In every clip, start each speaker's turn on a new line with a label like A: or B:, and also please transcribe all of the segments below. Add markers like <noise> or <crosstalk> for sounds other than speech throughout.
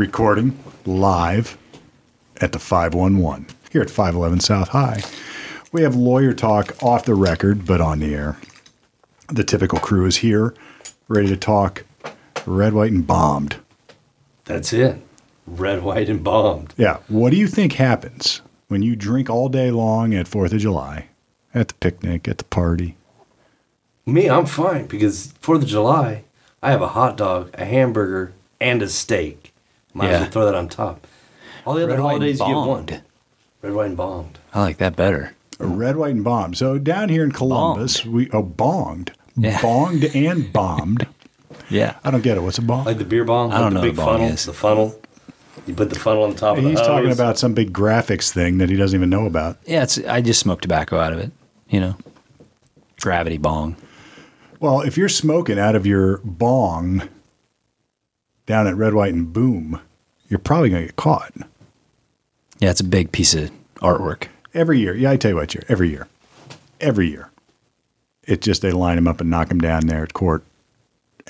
A: recording live at the 511 here at 511 South High. We have lawyer talk off the record, but on the air. The typical crew is here, ready to talk red, white, and bombed.
B: That's it. Red, white, and bombed.
A: Yeah. What do you think happens when you drink all day long at 4th of July, at the picnic, at the party?
B: Me, I'm fine because Fourth of July, I have a hot dog, a hamburger, and a steak. Might as
C: Yeah.
B: well throw that on top. All the other
C: Red, white, and
B: holidays you get one.
C: bombed.
B: Red, white, and bombed.
C: I like that better.
A: Red, white, and bombed. So down here in Columbus, we oh bonged,
C: Yeah.
A: bonged and bombed.
C: Yeah.
A: I don't get it. What's a bomb?
B: Like the beer bomb.
C: I don't
B: with
C: know
B: the big
C: what a bomb
B: funnel.
C: is.
B: The funnel. You put the funnel on top of the
A: He's talking
B: hose.
A: about some big graphics thing that he doesn't even know about.
C: Yeah, it's I just smoke tobacco out of it, you know. Gravity bong.
A: Well, if you're smoking out of your bong down at Red, White, and Boom, you're probably going to get caught
C: Yeah, it's a big piece of artwork.
A: every year. Yeah, I tell you what, year every year, every year. It's just they line them up and knock them down there at court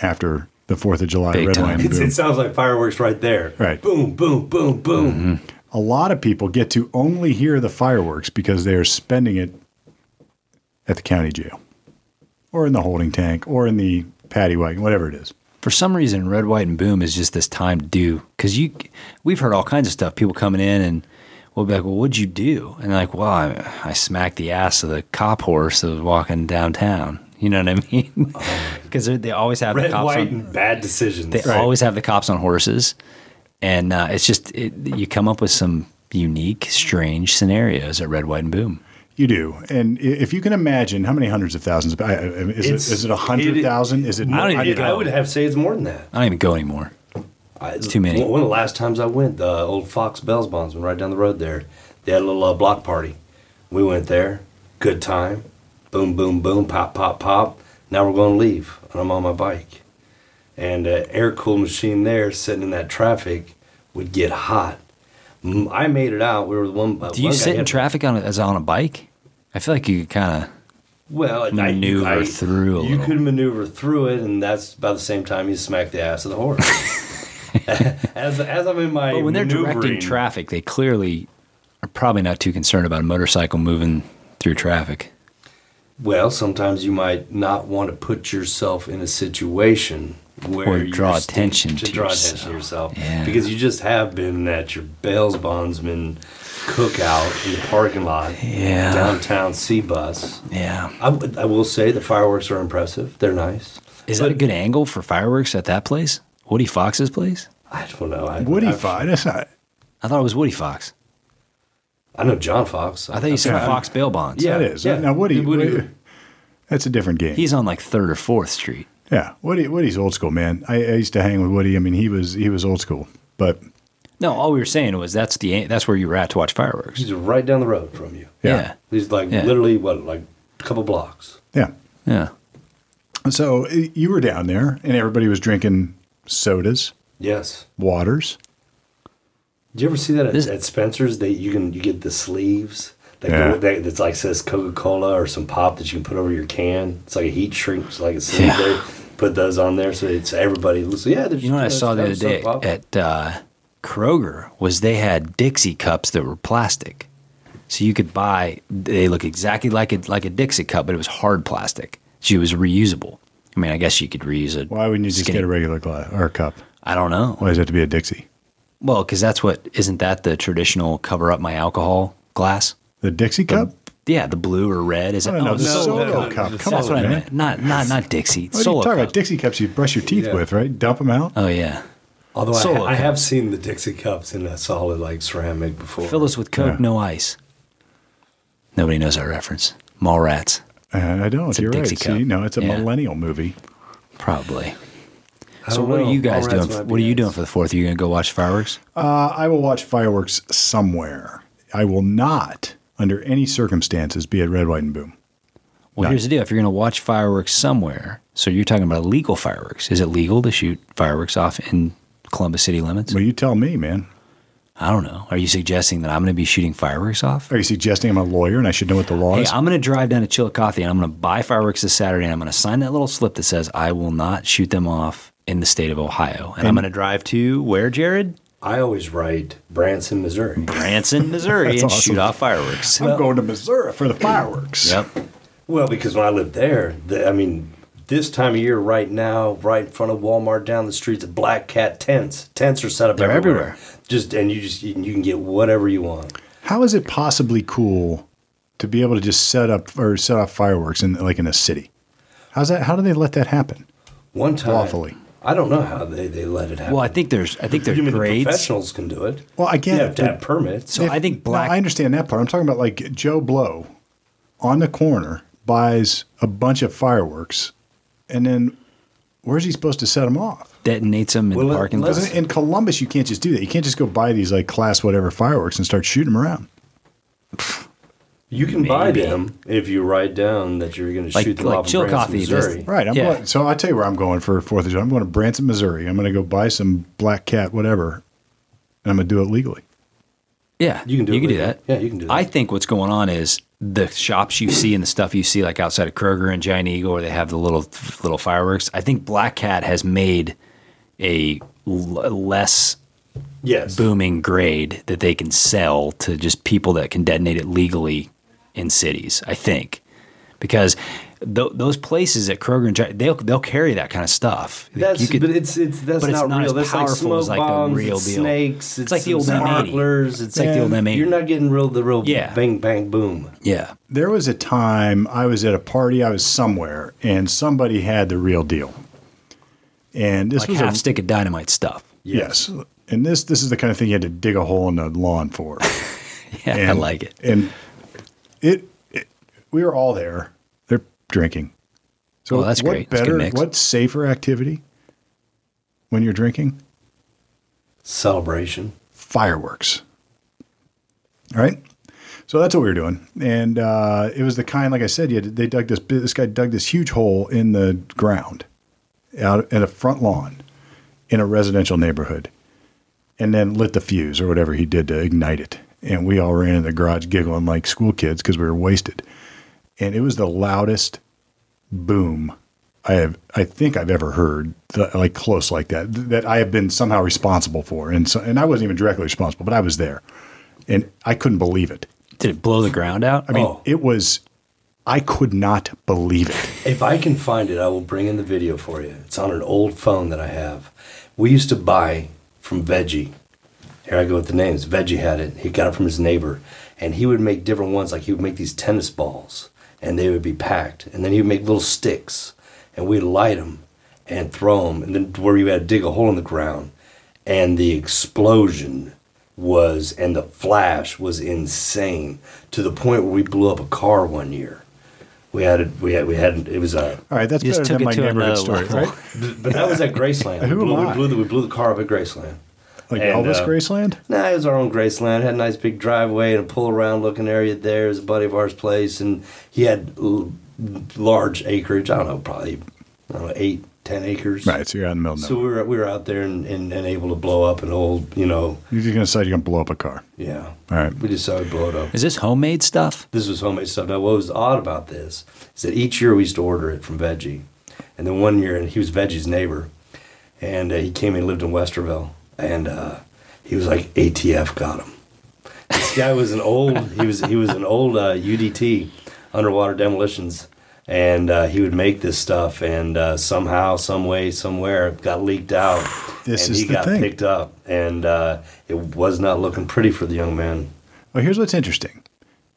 A: after the Fourth of July.
C: Big
A: Red,
C: time.
A: White, and
B: It's,
A: Boom.
B: it sounds like fireworks right there.
A: Right.
B: Boom, boom, boom, boom.
C: Mm-hmm.
A: a lot of people get to only hear the fireworks because they are spending it at the county jail or in the holding tank or in the paddy wagon, whatever it is.
C: For some reason, red, white, and boom is just this time to do because you. We've heard all kinds of stuff. People coming in and we'll be like, "Well, what'd you do?" And like, "Well, I, I smacked the ass of the cop horse that was walking downtown." You know what I mean? <laughs> Because they always have
B: Oh. Red,
C: the cops
B: white,
C: on,
B: and bad decisions.
C: They always have the cops on horses, and uh, it's just it, you come up with some unique, strange scenarios at Red, White, and Boom.
A: You do. And i- if you can imagine how many hundreds of thousands, of, I- I- is, it,
B: It's-
A: is it a hundred
B: it-
A: thousand? Is it,
C: I don't even
B: I,
C: get
B: I would have said it's more than that.
C: I don't even go anymore.
B: I, it's
C: too many.
B: One of the last times I went, the old Fox Bells Bondsman right down the road there, they had a little uh, block party. We went there, good time, boom, boom, boom, pop, pop, pop. Now we're going to leave, and I'm on my bike. And uh, air cooled machine there, sitting in that traffic, would get hot. Mm, I made it out. We were the one. uh,
C: Do you
B: one guy
C: sit in
B: had-
C: traffic on a, as on a bike? I feel like you kind of
B: Well, I-
C: maneuver
B: I,
C: through a
B: You
C: little.
B: could maneuver through it, and that's about the same time you smack the ass of the
C: <laughs>
B: horse. <laughs> as, as I'm in my
C: but when they're directing
B: maneuvering-
C: traffic, they clearly are probably not too concerned about a motorcycle moving through traffic.
B: Well, sometimes you might not want to put yourself in a situation where
C: Or draw
B: you're st-
C: attention to
B: draw
C: yourself.
B: attention to yourself
C: Yeah.
B: because you just have been at your bail's bondsman cookout in the parking lot
C: Yeah.
B: downtown C bus.
C: Yeah,
B: I, w- I will say the fireworks are impressive. They're nice.
C: is that a good angle for fireworks at that place? Woody Fox's place?
B: I don't know. I,
A: Woody
B: I,
A: Fox? That's not,
C: I thought it was Woody Fox.
B: I know John Fox.
C: I thought you said
A: Okay.
C: Fox bail bonds.
B: Yeah.
A: that is. Now, Woody,
B: Woody-
A: Woody, that's a different game.
C: he's on like Third or Fourth Street.
A: yeah. Woody, Woody's old school, man. I, I used to hang with Woody. I mean, he was, he was old school, but
C: No, all we were saying was that's the that's where you were at to watch fireworks.
B: He's right down the road from you.
C: Yeah,
B: He's like
C: Yeah.
B: literally what, like a couple blocks.
A: yeah.
C: yeah.
A: So i- you were down there and everybody was drinking sodas,
B: Yes.
A: waters.
B: Do you ever see that at,
C: This-
B: at Spencer's? They you can you get the sleeves that
A: Yeah.
B: go, that that's like says Coca Cola or some pop that you can put over your can. It's like a heat shrink, it's like a sleeve.
C: Yeah.
B: They put those on there so it's everybody. So yeah, there's
C: You know what I
B: that's-
C: saw the other
B: that's
C: day
B: some pop.
C: at uh, Kroger was they had Dixie cups that were plastic, so you could buy. They look exactly like a like a Dixie cup, but it was hard plastic. So it was reusable. I mean, I guess you could reuse it.
A: Why wouldn't you just get a regular glass or a cup?
C: I don't know.
A: Why does it have to be a Dixie?
C: Well, because that's what isn't that the traditional cover up my alcohol glass?
A: The Oh, Dixie cup?
C: Yeah, the blue or red is
A: I
C: it? Oh,
A: don't know. The
B: no,
A: solo
B: no, no,
A: cup.
B: no,
A: Come
C: that's
A: on,
C: what
A: man.
C: I meant. Not not not Dixie.
A: What are
C: solo
A: you talking
C: cup.
A: about? Dixie cups you brush your teeth
B: Yeah.
A: with, right? Dump them out?
C: Oh yeah.
B: Although I,
C: Solo
B: ha- I
C: cup.
B: have seen the Dixie cups in a solid like ceramic before.
C: Fill us with Coke,
A: Yeah.
C: no ice. Nobody knows our reference. Mallrats,
A: Uh, I don't.
C: a
A: You're right.
C: Dixie cup.
A: See, no, it's a
C: Yeah.
A: millennial movie.
C: probably.
B: I
C: So
B: don't
C: what
B: know.
C: are you guys
B: Mallrats
C: doing?
B: might
C: for-
B: be
C: What are you
B: nice.
C: doing for the fourth? Are you gonna go watch fireworks?
A: Uh, I will watch fireworks somewhere. I will not, under any circumstances, be at Red, White, and Boom.
C: Well, here's the deal: if you're gonna watch fireworks somewhere, so you're talking about illegal fireworks. Is it legal to shoot fireworks off in Columbus city limits?
A: Well, you tell me, man.
C: I don't know. Are you suggesting that I'm gonna be shooting fireworks off?
A: Are you suggesting I'm a lawyer and I should know what the law
C: Hey,
A: is?
C: I'm gonna drive down to Chillicothe and I'm gonna buy fireworks this Saturday and I'm gonna sign that little slip that says I will not shoot them off in the state of Ohio. and I'm gonna drive to where, Jared?
B: I always write Branson, Missouri.
C: Branson, Missouri, and
A: <laughs> That's awesome.
C: shoot off fireworks.
A: I'm going to Missouri for the fireworks.
C: Yep.
B: Well, because when I lived there, the, I mean, this time of year, right now, right in front of Walmart, down the streets, black cat tents. Tents are set up
A: They're
B: everywhere.
A: everywhere.
B: Just and you just you can- you can get whatever you want.
A: How is it possibly cool to be able to just set up or set off fireworks in like in a city? How's that? How do they let that happen?
B: One time,
A: Lawfully.
B: I don't know how they, they let it happen.
C: Well, I think there's I think there's
B: you mean the
C: grades.
B: professionals can do it?
A: Well, I get
B: you
A: it,
B: have to
A: but-
B: have permits.
C: So I think
A: No,
C: black.
A: I understand that part. I'm talking about like Joe Blow on the corner buys a bunch of fireworks, and then where's he supposed to set them off?
C: detonates them in
B: Well,
C: the
B: let-
C: parking lot.
B: let's-
A: Because in Columbus, you can't just do that. You can't just go buy these like class whatever fireworks and start shooting them around.
B: You can buy
C: Maybe.
B: them if you write down that you're going to
C: Like-
B: shoot them
C: like
B: off
C: Chill
B: in Branson,
C: Coffee does-
B: Missouri.
A: Right. I'm
C: Yeah.
A: going, so I'll tell you where I'm going for Fourth of July. I'm going to Branson, Missouri. I'm going to go buy some black cat whatever, and I'm going to do it legally.
C: Yeah,
B: You can do
C: You
B: it
C: can do
B: later.
C: that.
B: Yeah, you can do
C: I
B: that.
C: think what's going on is the shops you see and the stuff you see, like outside of Kroger and Giant Eagle, where they have the little little fireworks. I think Black Cat has made a l- less
B: Yes.
C: booming grade that they can sell to just people that can detonate it legally in cities. I think because th- those places at Kroger and Giant, they'll they'll carry that kind of stuff. Like,
B: That's
C: you could-
B: but it's it's that's
C: but it's
B: not,
C: not
B: real.
C: as
B: That's like
C: powerful
B: smoke
C: as, like, the
B: bombs,
C: real
B: it's
C: deal.
B: snakes.
C: It's like the old M80.
B: sparklers.
C: it's like the old M80.
B: You're not getting real the real
C: Yeah.
B: bang bang boom.
C: yeah.
A: There was a time I was at a party, I was somewhere, and somebody had the real deal. And this
C: Like
A: was a
C: half stick of dynamite stuff. <laughs>
A: Yes. And this this is the kind of thing you had to dig a hole in the lawn for.
C: Yeah,
A: And,
C: <laughs> I like it.
A: And it, it we were all there. They're drinking. So
C: Well, Oh, that's
A: what
C: great. That's a good
A: Better,
C: mix.
A: what safer activity when you're drinking?
B: Celebration.
A: Fireworks. All right. So that's what we were doing, and uh, it was the kind, like I said, you had, they dug this. bi- This guy dug this huge hole in the ground, out in a front lawn, in a residential neighborhood, and then lit the fuse or whatever he did to ignite it. And we all ran in the garage giggling like school kids because we were wasted, and it was the loudest boom I have, I think I've ever heard th- like close like that th- that I have been somehow responsible for, and so, and I wasn't even directly responsible, but I was there, and I couldn't believe it.
C: Did it blow the ground out?
A: I mean,
B: Oh.
A: it was. I could not believe it.
B: If I can find it, I will bring in the video for you. It's on an old phone that I have. We used to buy from Veggie. Here I go with the names. Veggie had it. He got it from his neighbor, and he would make different ones. Like he would make these tennis balls, and they would be packed. And then he would make little sticks, and we'd light them and throw them. And then where you had to dig a hole in the ground, and the explosion was and the flash was insane to the point where we blew up a car one year. We had it. We had. We had. It was a.
A: All right, that's
C: You just
A: better than
C: took it
A: my
C: to
A: neighborhood
C: another
A: story,
C: level.
A: right?
B: But that was at Graceland.
A: Who
B: we, blew,
A: am I?
B: we blew the we blew the car up at Graceland.
A: Like
B: And,
A: Elvis
B: uh,
A: Graceland.
B: Nah, it was our own Graceland. Had a nice big driveway and a pull around looking area there. It was a buddy of ours' place, and he had l- large acreage. I don't know, probably I don't know, eight, ten acres.
A: Right, so you're out in the middle. Of
B: So
A: nowhere.
B: we were we were out there and, and, and able to blow up an old, you know,
A: you're just gonna say you're gonna blow up a car.
B: yeah.
A: All right.
B: We decided to blow it up.
C: Is this homemade stuff?
B: This was homemade stuff. Now, what was odd about this is that each year we used to order it from Veggie, and then one year, and he was Veggie's neighbor, and uh, he came and lived in Westerville, and uh, he was like ATF got him. This guy was an old. He was he was an old uh, UDT, underwater demolitions, and uh, he would make this stuff, and uh, somehow, some way, somewhere, it got leaked out.
A: This
B: and
A: is
B: he
A: the
B: got
A: thing.
B: picked up, and uh, it was not looking pretty for the young man.
A: Well, here's what's interesting.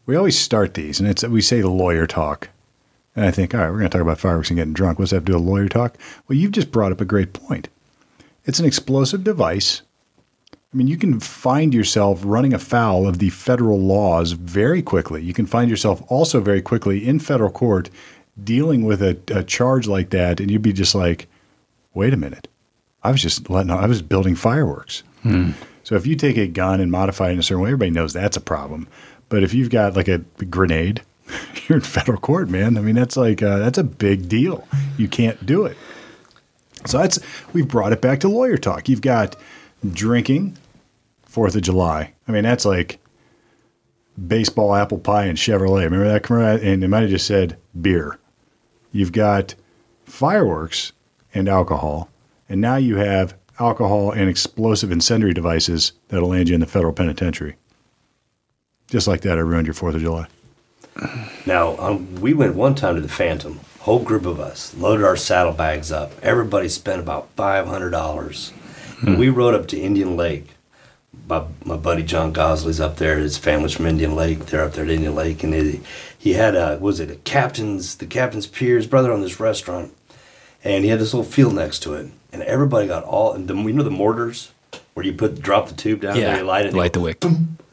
A: We always start these, and it's we say lawyer talk, and I think, all right, we're going to talk about fireworks and getting drunk. What's that have to do with lawyer talk? Well, you've just brought up a great point. It's an explosive device. I mean, you can find yourself running afoul of the federal laws very quickly. You can find yourself also very quickly in federal court dealing with a, a charge like that, and you'd be just like, wait a minute. I was just letting, I was building fireworks. So if you take a gun and modify it in a certain way, everybody knows that's a problem. But if you've got like a grenade, <laughs> you're in federal court, man. I mean, that's like uh, that's a big deal. You can't do it. So that's we've brought it back to lawyer talk. You've got drinking, Fourth of July. I mean, that's like baseball, apple pie, and Chevrolet. Remember that? Remember that? And they might have just said beer. You've got fireworks and alcohol, and now you have alcohol, and explosive incendiary devices that'll land you in the federal penitentiary. Just like that, I ruined your Fourth of July.
B: Now, um, we went one time to the Phantom, whole group of us, loaded our saddlebags up. Everybody spent about $500.
C: Hmm.
B: And we rode up to Indian Lake. My, my buddy John Gosley's up there. His family's from Indian Lake. They're up there at Indian Lake. And he, he had a, was it a captain's, the captain's peer's brother on this restaurant. And he had this little field next to it. And everybody got all, and the, you know the mortars where you put, drop the tube
A: Oh,
B: down there,
C: Yeah.
B: you light it.
C: Light the wick.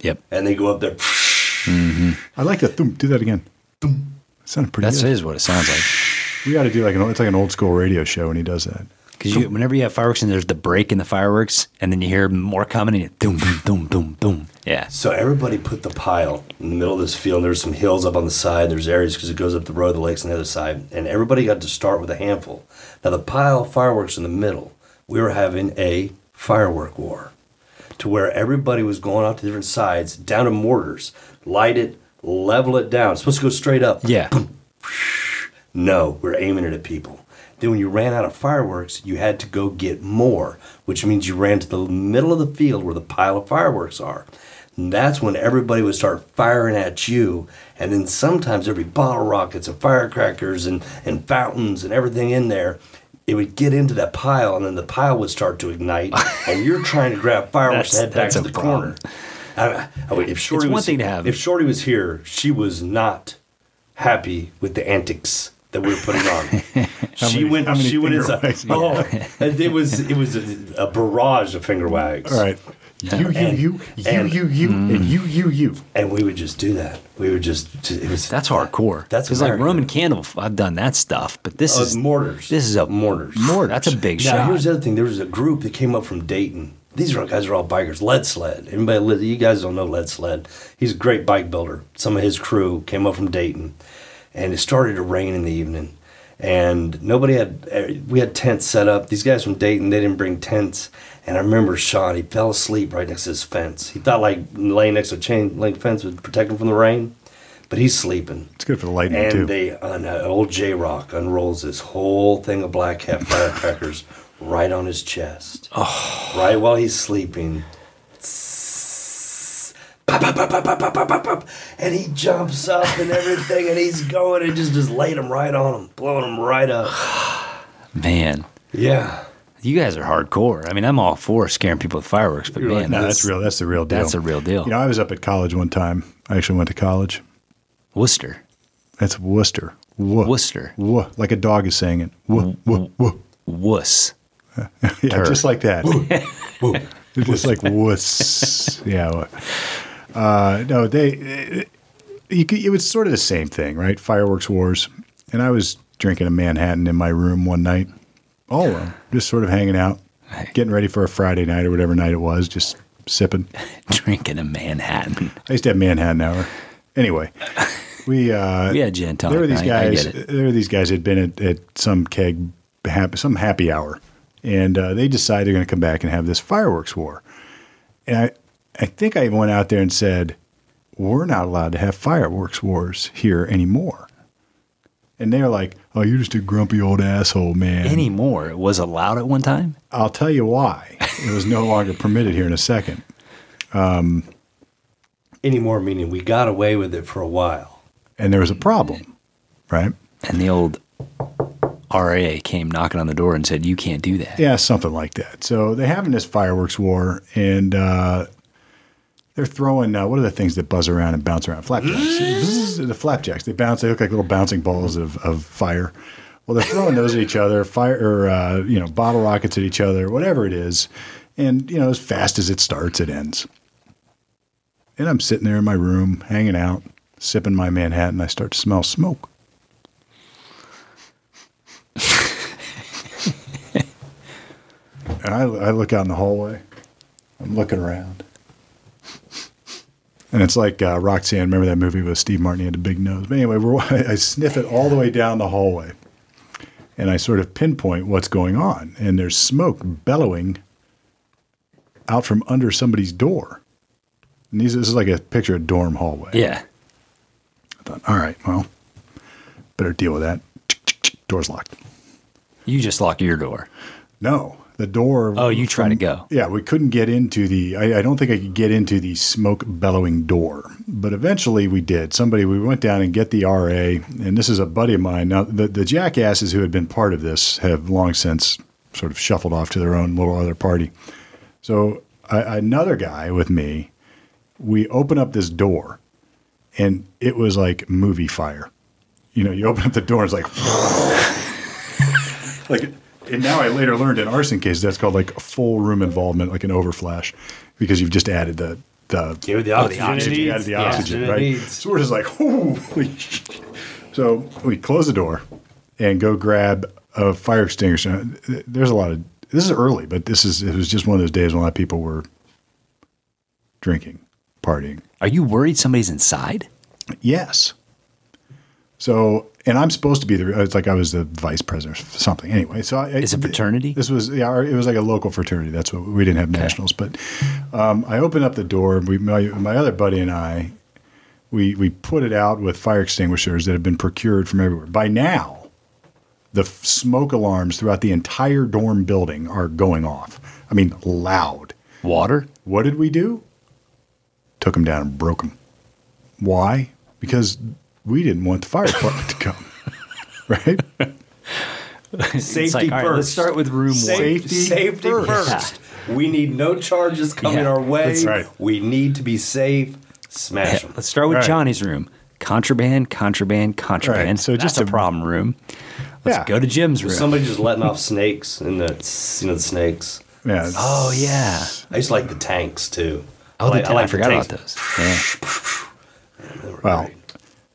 C: Yep.
B: And they go up there.
A: I like that. Thump, do that again. Thump. Sounded pretty
C: That's
A: good.
C: is what it sounds like.
A: We got to do like an, it's like an old school radio show when he does that.
C: Because you, whenever you have fireworks and there's the break in the fireworks, and then you hear more coming, and you boom, boom, boom, boom, boom. Yeah.
B: So everybody put the pile in the middle of this field. There's some hills up on the side. There's areas because it goes up the road, the lakes on the other side, and everybody got to start with a handful. Now the pile of fireworks in the middle. We were having a firework war, to where everybody was going off to different sides, down to mortars, light it, level it down. It's supposed to go straight up.
C: Yeah.
B: No, we're aiming it at people. Then when you ran out of fireworks, you had to go get more, which means you ran to the middle of the field where the pile of fireworks are. And that's when everybody would start firing at you. And then sometimes there'd be bottle rockets and firecrackers and, and fountains and everything in there. It would get into that pile, and then the pile would start to
C: <laughs>
B: ignite. and you're trying to grab fireworks and
C: That's-
B: head back to
C: that's a
B: the corner.
C: problem.
B: I, I mean, if Shorty
C: one
B: was,
C: thing to have.
B: If Shorty was here, she was not happy with the antics that we were putting
C: <laughs>
B: on. she
A: many- how
B: went.
A: many
B: She went
A: finger
B: inside.
A: wags?
B: Oh, and it was it was a, a barrage of finger wags.
A: All right. You, you,
B: And-
A: you,
B: and-
A: you, you, you, and you, you, you.
B: And we would just do that. We would just. It was
C: That's hardcore.
B: That's
C: Because like
B: American.
C: Roman candle, I've done that stuff, but this
B: Uh,
C: is
B: mortars.
C: This is a
B: Mortars.
C: Mortar. That's a big
B: Now, here's
C: shot.
B: the other thing. There was a group that came up from Dayton. These are guys are all bikers. Lead Sled. Anybody, li- you guys don't know Lead Sled. He's a great bike builder. Some of his crew came up from Dayton, and it started to rain in the evening. And nobody had. eh, We had tents set up. These guys from Dayton, they didn't bring tents. And I remember Sean. He fell asleep right next to his fence. He thought like laying next to a chain link fence would protect him from the rain, but he's sleeping.
A: It's good for the lightning,
B: And
A: too.
B: they, un- uh, old J Rock unrolls this whole thing of black cat firecrackers <laughs> right on his chest. Right while he's sleeping. Pop, pop, pop, pop, pop, pop, pop, pop, pop. And he jumps up and everything, and he's going and just, just laid him right on him, blowing him right up.
C: man.
B: Yeah.
C: You guys are hardcore. I mean, I'm all for scaring people with fireworks, but
A: You're
C: man,
A: like, no, that's,
C: that's
A: real. That's the real deal.
C: that's a real deal.
A: You know, I was up at college one time. I actually went to college.
C: Worcester.
A: That's Worcester. Woo.
C: Worcester.
A: Woo. Like a dog is saying it. Woo, woo, woo.
C: Wuss. <laughs>
A: Yeah,
C: Mm-hmm. Turd.
A: just like that. It's <laughs> just like wuss. yeah. Uh, no, they. You could, it was sort of the same thing, right? Fireworks wars. And I was drinking a Manhattan in my room one night, all alone, just sort of hanging out,
C: Right.
A: getting ready for a Friday night or whatever night it was, just sipping.
C: Drinking a Manhattan.
A: I used to have Manhattan Hour. Anyway, we uh,
C: <laughs> We had gin and tonic
A: There were these
C: night. I
A: guys.
C: get it.
A: There were these guys that had been at, at some keg, hap- some happy hour, and uh, they decide they're going to come back and have this fireworks war. And I, I think I went out there and said, "We're not allowed to have fireworks wars here anymore." And they were like, "Oh, you're just a grumpy old asshole, man."
C: Anymore. It was allowed at one time.
A: I'll tell you why it was no longer permitted here in a second.
B: Anymore, meaning we got away with it for a while.
A: And there was a problem, right?
C: And the old RA came knocking on the door and said, You can't do that.
A: Yeah, something like that. So they're having this fireworks war, and uh, they're throwing uh, what are the things that buzz around and bounce around? Flapjacks. Zzz, the flapjacks. They bounce. They look like little bouncing balls of, of fire. Well, they're throwing those at each other. Fire or uh, you know bottle rockets at each other. Whatever it is, and you know as fast as it starts, it ends. And I'm sitting there in my room, hanging out, sipping my Manhattan. I start to smell smoke. And I, I look out in the hallway. I'm looking around. And it's like uh, Roxanne. Remember that movie with Steve Martin? He had a big nose. But anyway, we're, <laughs> I sniff it all the way down the hallway. And I sort of pinpoint what's going on. And there's smoke bellowing out from under somebody's door. And these, this is like a picture of dorm hallway.
C: Yeah.
A: I thought, all right, well, better deal with that. Door's locked.
C: You just lock your door.
A: No, the door.
C: Oh, you try
A: from-
C: to go.
A: Yeah, we couldn't get into the. I, I don't think I could get into the smoke bellowing door, but eventually we did. Somebody we went down and get the RA, and this is a buddy of mine. Now the, the jackasses who had been part of this have long since sort of shuffled off to their own little other party. So I, another guy with me, we open up this door, and it was like movie fire. You know, you open up the door, it's like, <laughs> like, and now I later learned in arson cases that's called like full room involvement, like an overflash, because you've just added the the
B: Give it the
C: Oh,
B: oxygen. it
C: the oxygen.
B: needs.
A: you added the
B: Yeah.
A: oxygen,
B: Oxygen it
A: right?
B: needs.
A: So we're just like, holy <laughs> shit. So we close the door and go grab a fire extinguisher. There's a lot of this is early, but this is it was just one of those days when a lot of people were drinking, partying.
C: Are you worried somebody's inside?
A: Yes. So, and I'm supposed to be the, it's like I was the vice president or something. Anyway, so I,
C: Is it fraternity?
A: This was, yeah, our- it was like a local fraternity. That's what we didn't have nationals, but um, I opened up the door. We, my, my other buddy and I, we, we put it out with fire extinguishers that have been procured from everywhere. By now, the f- smoke alarms throughout the entire dorm building are going off. I mean, loud.
C: Water?
A: What did we do? Took them down and broke them. Why? Because we didn't want the fire department to come. <laughs> Right?
B: Safety
C: It's like, all
B: first.
C: right, let's start with room
B: Sa-
C: one.
A: Safety
B: Safety,
A: first.
B: first. We need no charges coming
C: Yeah,
B: our way.
A: that's right.
B: We need to be safe. Smash them.
C: Let's start with
A: All right.
C: Johnny's room. Contraband, contraband, contraband.
A: Right, so
C: So just
A: just
C: That's
A: a-
C: a, problem room. Let's
A: Yeah.
C: go to Jim's room.
B: Somebody just letting off snakes in the you know the snakes.
A: Yeah.
C: oh yeah.
B: I used to like the tanks too.
C: Oh,
B: like,
C: the ta- I,
B: like the
C: forgot about
B: tanks.
C: those. Yeah.
A: well,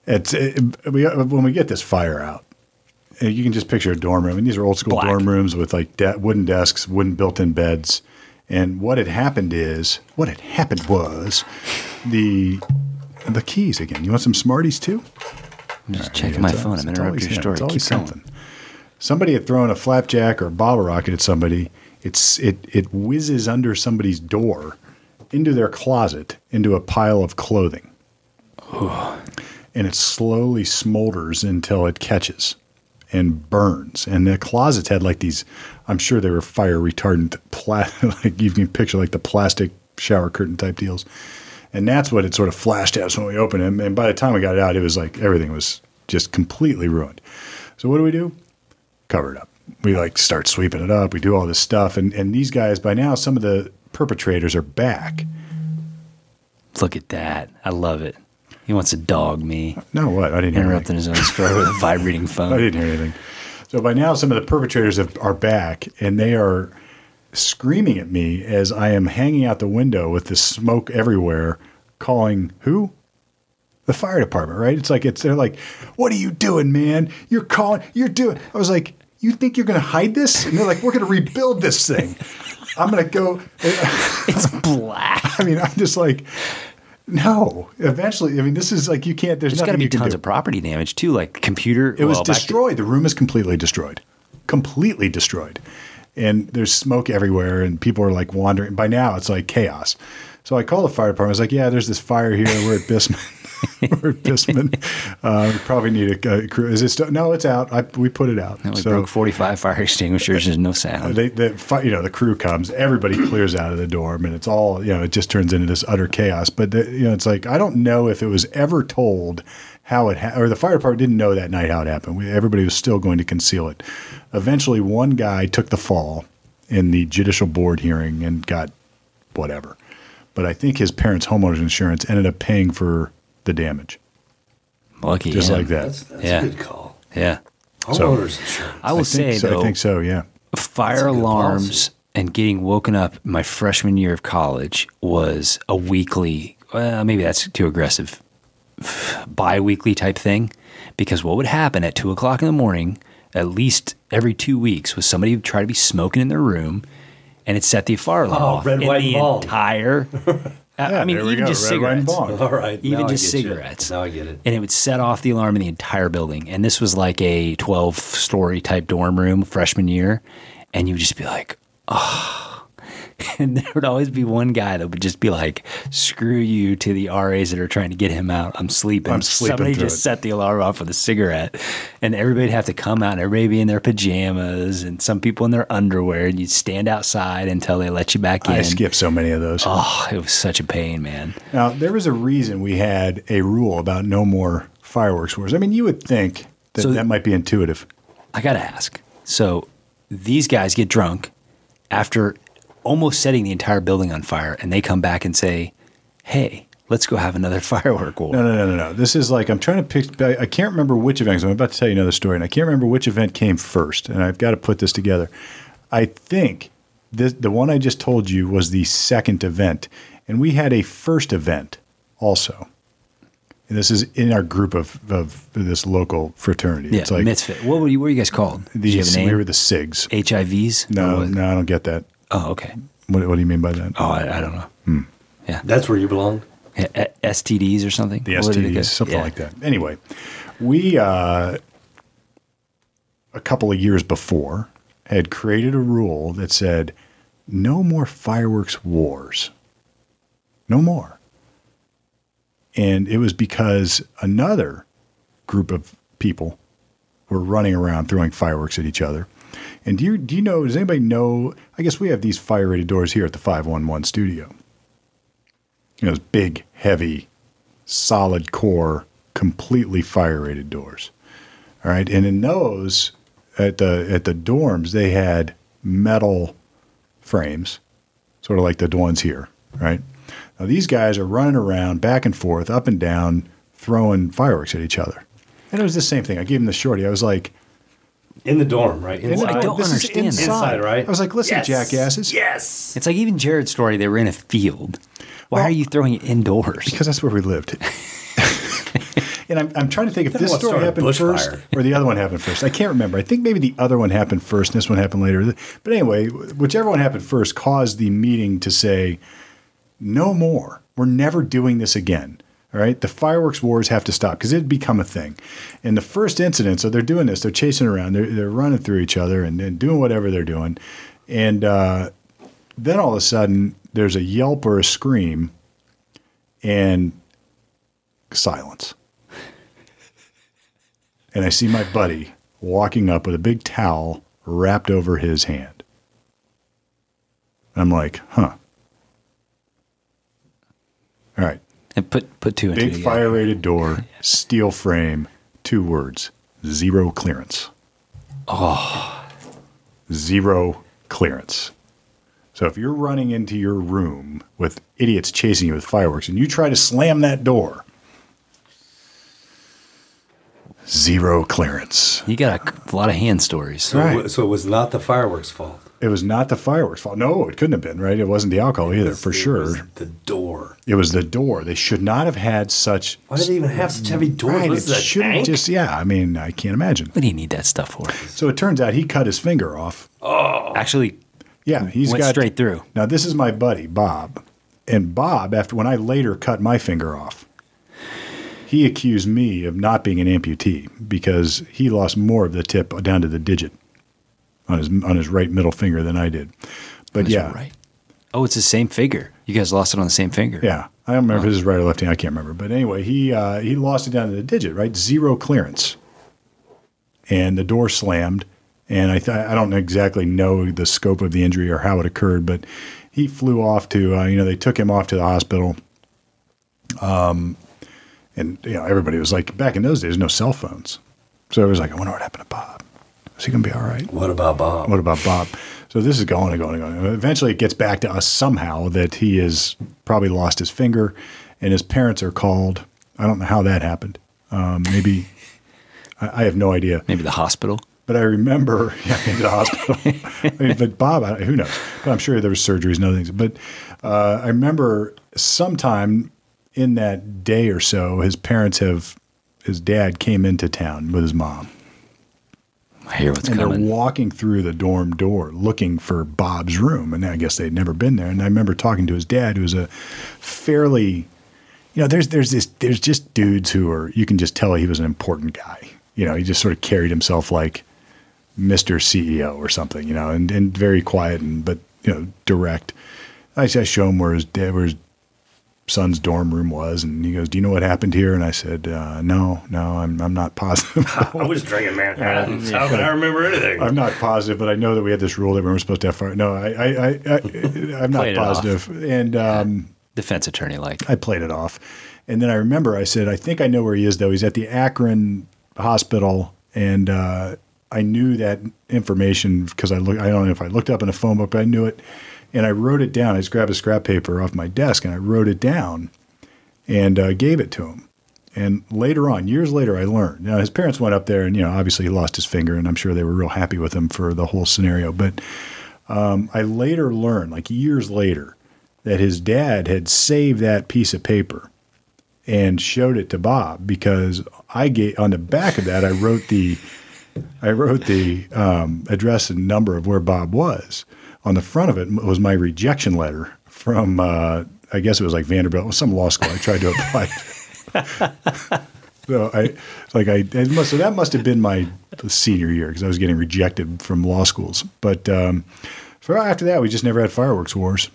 A: it's it, we, when we get this fire out, uh, you can just picture a dorm room. And these are old school
C: Black.
A: dorm rooms with like de- wooden desks, wooden built in beds. And what had happened is, what had happened was the the keys again. You want some Smarties too?
C: I'm just
A: Yeah,
C: checking my
A: it's-
C: phone. I'm
A: it's
C: interrupting
A: always-
C: your
A: yeah,
C: story.
A: It's always
C: Keep going.
A: something. Somebody had thrown a flapjack or a bottle rocket at somebody. It's it it whizzes under somebody's door, into their closet, into a pile of clothing, and it slowly smolders until it catches and burns. And the closets had like these. I'm sure they were fire retardant. Pla- <laughs> like you can picture like the plastic shower curtain type deals. And that's what it sort of flashed at us when we opened it. And by the time we got it out, it was like everything was just completely ruined. So what do we do? Cover it up. We like start sweeping it up. We do all this stuff. And, and these guys, by now, some of the perpetrators are back.
C: Look at that. I love it. He wants to dog me.
A: No, what? I didn't hear anything.
C: Interrupting his own story with a vibrating
A: Uh, <laughs> I
C: phone.
A: didn't hear anything. So by now, some of the perpetrators have, are back, and they are screaming at me as I am hanging out the window with the smoke everywhere, calling who? The fire department, right? It's like it's they're like, "What are you doing, man? You're calling. You're doing." I was like, "You think you're going to hide this?" And they're like, "We're going to rebuild this thing. I'm going to go." <laughs>
C: It's black.
A: I mean, I'm just like, no. Eventually, I mean, this is like you can't. There's,
C: There's got
A: nothing
C: to be
A: you can
C: tons
A: do.
C: of property damage too, like computer.
A: It was
C: well, back to-
A: destroyed. the room is completely destroyed, completely destroyed, and there's smoke everywhere, and people are like wandering. By now, it's like chaos. So I call the fire department. I was like, "Yeah, there's this fire here. We're at Bisman. <laughs> We're at
C: <laughs>
A: Bisman. Uh, we probably need a, a crew. Is it still? No, it's out. I, we put it out.
C: No, we broke 45 fire <laughs> extinguishers. There's no sound.
A: Uh, They, the fi- you know the crew comes,
C: <clears throat>
A: everybody clears out of the dorm, and it's all you know. It just turns into this utter chaos. But the, you know, it's like I don't know if it was ever told how it ha- or the fire department didn't know that night how it happened. We, everybody was still going to conceal it. Eventually, one guy took the fall in the judicial board hearing and got whatever. But I think his parents' homeowners insurance ended up paying for the damage,
C: Lucky.
A: just
C: him.
A: like that.
B: That's, that's
C: Yeah.
B: a good call.
C: Yeah.
B: Homeowners insurance. <laughs>
C: I will
A: I think
C: say
A: so,
C: though,
A: I think so. Yeah.
C: fire
B: a good
C: alarms
B: policy.
C: and getting woken up my freshman year of college was a weekly well maybe that's too aggressive bi-weekly type thing because what would happen at 2 o'clock in the morning at least every two weeks was somebody would try to be smoking in their room and it set the fire alarm
B: Oh,
C: off
B: red,
C: in
B: white,
C: the
B: and bald. <laughs>
C: entire I-
A: Yeah,
C: I mean
A: there we
C: even
A: go,
C: just
A: red, white, and
C: cigarettes
A: bond.
B: All right.
C: even
B: now I
C: just
B: get you.
C: cigarettes.
B: Now I get it.
C: And it would set off the alarm in the entire building. And this was like a 12 story type dorm room freshman year. And you would just be like, oh, <laughs> And there would always be one guy that would just be like, "Screw you!" to the RAs that are trying to get him out. I'm sleeping.
A: I'm sleeping
C: Somebody
A: through
C: just
A: it.
C: set the alarm off with a cigarette, and everybody'd have to come out, and everybody be in their pajamas, and some people in their underwear, and you'd stand outside until they let you back in.
A: I skipped so many of those.
C: Oh, it was such a pain, man.
A: Now, there was a reason we had a rule about no more fireworks wars. I mean, you would think that
C: So-
A: that might be intuitive.
C: I gotta ask. So these guys get drunk after almost setting the entire building on fire, and they come back and say, "Hey, let's go have another <laughs> firework war."
A: No, no, no, no, no. This is like I'm trying to pick. I I can't remember which event. 'cause I'm about to tell you another story, and I can't remember which event came first. And I've got to put this together. I think this, the one I just told you was the second event, and we had a first event also. And this is in our group of, of this local fraternity.
C: Yeah,
A: it's like
C: misfit. What were you? What were you guys called? Did you have
A: these.
C: a
A: We
C: name?
A: were the SIGs.
C: HIVs? Or
A: No,
C: what?
A: no, I don't get that.
C: Oh, okay.
A: What, what do you mean by that?
C: Oh, I, I don't know.
B: That's where you belong.
C: Yeah, e- STDs or something.
A: the
C: What did it go-
A: STDs, something
C: yeah.
A: like that. Anyway, we uh, a couple of years before had created a rule that said no more fireworks wars, no more. And it was because another group of people were running around throwing fireworks at each other. And do you do you know? Does anybody know? I guess we have these fire rated doors here at the five one one studio. You know, those big, heavy solid core, completely fire rated doors. All right, and in those at the at the dorms they had metal frames, sort of like the ones here. Right now, these guys are running around back and forth, up and down, throwing fireworks at each other. And it was the same thing. I gave him the shorty. I was like,
B: In the dorm, right? Inside.
C: I don't
A: this is
C: understand that.
A: inside.
B: Inside, right?
A: I was like, listen,
B: Yes.
A: jackasses.
B: Yes.
C: It's like even Jared's story. They were in a field. Why
A: Well-
C: are you throwing it indoors?
A: because that's where we lived. and I'm, I'm trying to think if this
B: one
A: story
B: started
A: happened
B: bushfire.
A: first or the other one happened first. I can't remember. I think maybe the other one happened first and this one happened later. But anyway, whichever one happened first caused the meeting to say, no more. We're never doing this again. All right. The fireworks wars have to stop because it'd become a thing. And the first incident, so they're doing this, they're chasing around, they're, they're running through each other and, and doing whatever they're doing. And uh, then all of a sudden, there's a yelp or a scream and silence. And I see my buddy walking up with a big towel wrapped over his hand. And I'm like, huh. All right.
C: And put put two and two
A: Big
C: together.
A: fire rated door, steel frame, two words zero clearance. Oh. Zero clearance. So if you're running into your room with idiots chasing you with fireworks and you try to slam that door, zero clearance.
C: You got a, a lot of hand stories.
B: So, it
A: Right.
B: wa- so it was not the fireworks' fault.
A: It was not the fireworks' fault. No, it couldn't have been, right? It wasn't the alcohol either, for
B: It
A: sure.
B: was the door.
A: it was the door. They should not have had such.
B: Why do they even have such heavy doors?
A: Right,
B: What is
A: it
B: that, a
A: should have
B: tank?
A: just, yeah, I mean, I can't imagine.
C: What do you need that stuff for?
A: So it turns out he cut his finger off.
C: Actually,
A: Yeah, he's
C: went
A: got
C: straight through.
A: Now this is my buddy Bob, and Bob, after when I later cut my finger off, he accused me of not being an amputee because he lost more of the tip down to the digit on his on his right middle finger than I did. But
C: That's
A: yeah,
C: right. Oh, it's the same figure. You guys lost it on the same finger.
A: yeah, I don't remember if this is right or left hand. I can't remember. But anyway, he uh, he lost it down to the digit, right? Zero clearance, and the door slammed. And I th- I don't exactly know the scope of the injury or how it occurred, but he flew off to uh, you know they took him off to the hospital. Um, And you know, everybody was like, back in those days, no cell phones, so it was like, I wonder what happened to Bob. Is he gonna be all right?
B: What about Bob?
A: What about Bob? So this is going and going and going. Eventually, it gets back to us somehow that he has probably lost his finger, and his parents are called. I don't know how that happened. Um, maybe I, I have no idea.
C: Maybe the hospital.
A: But I remember <laughs> yeah, in the hospital. I mean, but Bob, I- who knows? But I'm sure there were surgeries and other things. But uh, I remember sometime in that day or so, his parents have his dad came into town with his mom.
C: I hear what's
A: And
C: coming.
A: they're walking through the dorm door looking for Bob's room. And I guess they'd never been there. And I remember talking to his dad, who was a fairly, you know, there's there's this there's just dudes who are you can just tell he was an important guy. You know, he just sort of E carried himself like Mr. CEO or something, you know, and, and very quiet and but you know, direct. I, I show him where his dad, where his son's dorm room was, and he goes, "Do you know what happened here?" And I said, uh, "No, no, I'm I'm not positive.
B: I was drinking Manhattan. How can I remember anything?
A: I'm not positive, but I know that we had this rule that we weren't supposed to have fire. No, I I, I, I I'm not
C: Played it off.
A: positive, and um,
C: Defense attorney, like
A: I played it off. And then I remember I said, I think I know where he is, though. He's at the Akron hospital. And uh, I knew that information because I look, I don't know if I looked up in a phone book, but I knew it. And I wrote it down. I just grabbed a scrap paper off my desk and I wrote it down and uh, gave it to him. And later on, years later, I learned. Now, his parents went up there and, you know, obviously he lost his finger, and I'm sure they were real happy with him for the whole scenario. But I later learned, like years later, that his dad had saved that piece of paper and showed it to Bob because I gave on the back of that I wrote the I wrote the um, address and number of where Bob was. On the front of it was my rejection letter from uh, I guess it was like Vanderbilt, some law school I tried to apply. <laughs> So I like I it must so that must have been my senior year because I was getting rejected from law schools. But um, so after that, we just never had fireworks wars.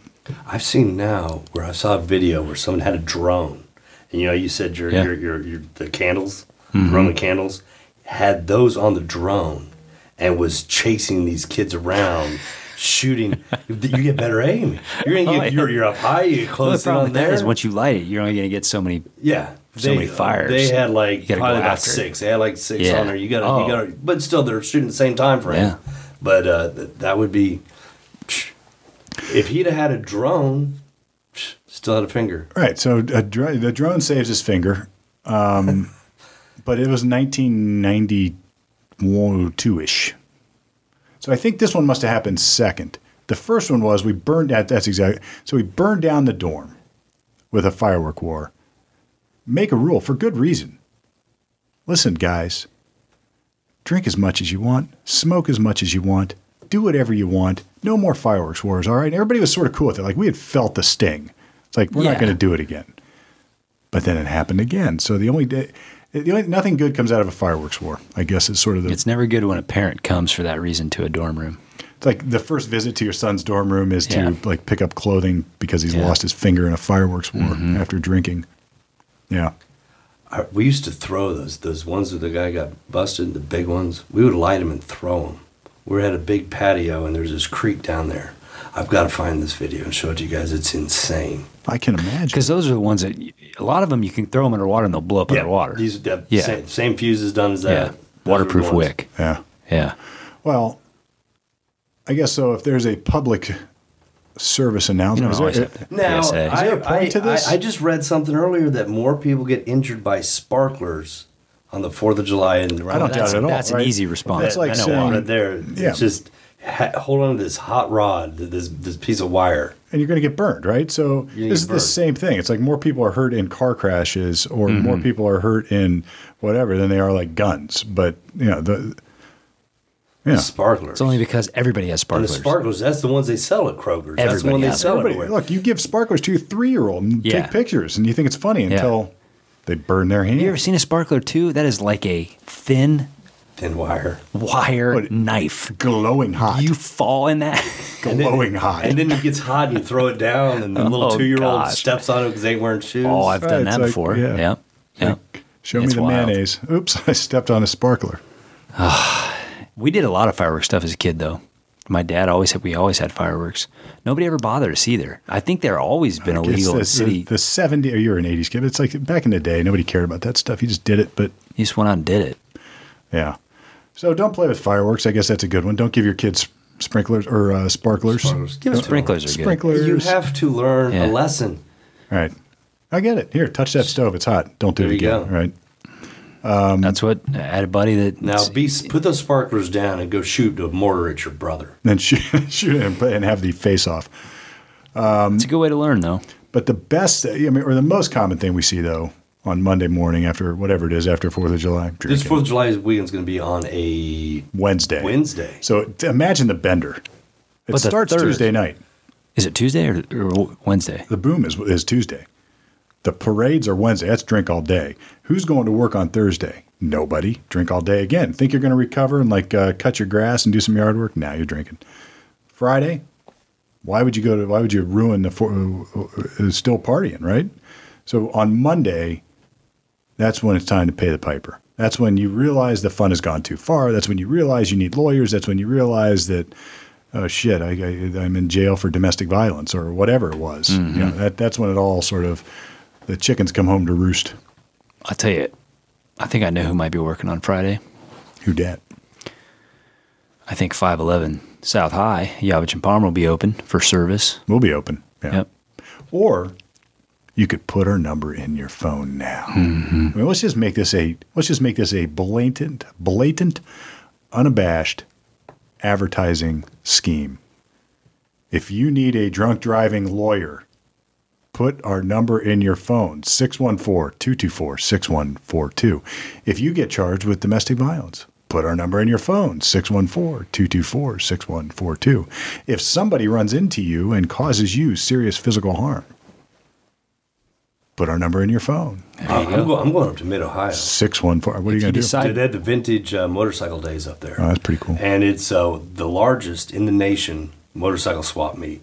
B: I've seen now where I saw a video where someone had a drone, and you know, you said your
C: Yeah. Mm-hmm.
B: your, your your the candles, Roman candles, had those on the drone, and was chasing these kids around.
C: <laughs>
B: Shooting, you get better aim. You're gonna get,
C: Oh, yeah.
B: you're, you're up high. You get
C: Well, the
B: close in
C: problem
B: on
C: with that
B: there.
C: is once you light it, you're only going to get so many.
B: Yeah,
C: So many fires.
B: They had like
C: You gotta
B: probably
C: go
B: about
C: after it.
B: six. They had like six
C: Yeah.
B: on there. You got to,
C: Oh.
B: you got to, but still they're shooting the same time frame.
C: Yeah.
B: But uh, th- that would be if he'd have had a drone, still had a finger.
A: All right, so a dr- the drone saves his finger, um, but it was 1992 ish. So I think this one must have happened second. The first one was we burned out. That's exactly. So we burned down the dorm with a firework war. Make a rule for good reason. Listen, guys. Drink as much as you want. Smoke as much as you want. Do whatever you want. No more fireworks wars. All right. And everybody was sort of cool with it. Like we had felt the sting. It's like we're not
C: Yeah.
A: going to do it again. But then it happened again. So the only day, the only nothing good comes out of a fireworks war. I guess is sort of the
C: It's never good when a parent comes for that reason to a dorm room.
A: it's like the first visit to your son's dorm room is
C: Yeah.
A: to like pick up clothing because he's
C: Yeah. Mm-hmm.
A: lost his finger in a fireworks war after drinking. Yeah.
B: I, we used to throw those those ones that the guy got busted, the big ones. We would light them and throw them. We had a big patio, and there's this creek down there. I've got to find this video and show it to you guys. It's insane.
A: I can imagine.
C: Because those are the ones that y- a lot of them you can throw them underwater and they'll blow up underwater.
B: These the
C: Yeah.
B: same, same fuse is done as
C: yeah,
B: that. Those were the
C: waterproof
B: ones.
C: wick.
A: Yeah.
C: Yeah,
A: Well, I guess so. If there's a public service
C: you
A: announcement,
C: don't
A: is
C: always
A: there-
C: have to.
B: Now,
C: PSA.
B: I,
A: there a point
B: I-
A: to this?
B: I, I just read something earlier that more people get injured by sparklers on the Fourth of July and around
A: I don't doubt
B: that-
C: That's-
A: it at all.
C: that's an
A: right?
C: easy response.
A: That's like
C: I know
A: saying,
C: why.
B: right there.
A: Yeah.
B: It's just ha- hold on to this hot rod, th- this this piece of wire.
A: and you're going to get burned, right? So
B: You're gonna
A: this
B: get
A: is the
B: burned.
A: same thing. It's like more people are hurt in car crashes, or more
C: Mm-hmm.
A: people are hurt in whatever than they are like guns. But you know the yeah.
B: Sparklers.
C: it's only because everybody has
B: and the
C: sparklers.
B: sparklers. That's the ones they sell at Kroger's. that's the
C: Everybody
B: one they
C: has
B: sell
A: Everybody-
B: everywhere.
A: look, you give sparklers to your three year old and
C: Yeah.
A: take pictures, and you think it's funny until they burn their hand.
C: you ever seen a sparkler too? That is like a thin
B: Thin wire.
C: wire
A: What-
C: knife.
A: glowing hot,
C: You fall in that.
A: glowing hot.
B: And then it gets hot and you throw it down, and the little
C: Oh,
B: two-year-old
C: God.
B: steps on it because they ain't wearing shoes.
C: oh, I've
A: Right,
C: done
A: it's
C: that
A: like-
C: before.
A: yeah.
C: Yeah, yeah.
A: Show me
C: It's
A: the
C: wild. Oh,
A: mayonnaise. Oops, <laughs> I stepped on a sparkler.
C: We did a lot of fireworks stuff as a kid, though. My dad always had. We always had fireworks. Nobody ever bothered us either. I think they're always been
A: It's
C: illegal in
A: the,
C: the city.
A: the, the 70 or you're an 80s kid. but It's like back in the day, nobody cared about that stuff. You just did it, but
C: you just went out and did it.
A: yeah. So don't play with fireworks. I guess that's a good one. Don't give your kids sprinklers or uh, sparklers.
B: Sparklers. Give us
C: sprinklers are good.
A: Sprinklers.
B: You have to learn
C: Yeah.
B: a lesson.
A: All right. I get it. Here, touch that stove. It's hot. Don't do
B: There
A: it
B: you
A: again.
B: go.
A: All Right. <laughs> Um,
C: That's what I had a buddy that
B: Now, be, put those sparklers down and go shoot a mortar at your brother.
A: Then shoot, shoot it and, put- and have the face off. um,
C: It's a good way to learn, though.
A: But the best, I mean, or the most common thing we see though on Monday morning after whatever it is after Fourth of July,
B: This
A: drinking.
B: Fourth of July weekend's going to be on a
A: Wednesday.
B: Wednesday.
A: So t- imagine the bender. It
C: But the
A: starts
C: third-
A: Tuesday night.
C: Is it Tuesday or, or Wednesday?
A: The boom is is Tuesday. The parades are Wednesday. That's drink all day. Who's going to work on Thursday? Nobody. Drink all day again. Think you're going to recover and like uh, cut your grass and do some yard work? Now you're drinking. Friday, Why would you go to? Why would you ruin the? For, uh, uh, still partying, right? So on Monday, that's when it's time to pay the piper. That's when you realize the fun has gone too far. That's when you realize you need lawyers. That's when you realize that, oh shit, I, I, I'm in jail for domestic violence or whatever it was. You know, that, that's when it all sort of, the chickens come home to roost.
C: I'll tell you, I think I know who might be working on Friday.
A: Who dat?
C: I think 511 South High, Yavich and Palmer will be open for service.
A: We'll be open. Yeah.
C: Yep.
A: Or you could put her number in your phone now. I mean, let's just make this a let's just make this a blatant, blatant, unabashed advertising scheme. If you need a drunk driving lawyer, put our number in your phone 614-224-6142. If you get charged with domestic violence, put our number in your phone 614-224-6142. If somebody runs into you and causes you serious physical harm, put our number in your phone.
B: I'm, I'm go- I'm going up to Mid Ohio.
A: 614. What are you
C: You
A: going to do?
C: decide
B: They had the vintage uh, motorcycle days up there.
A: Oh, that's pretty cool.
B: and it's uh, the largest in the nation motorcycle swap meet.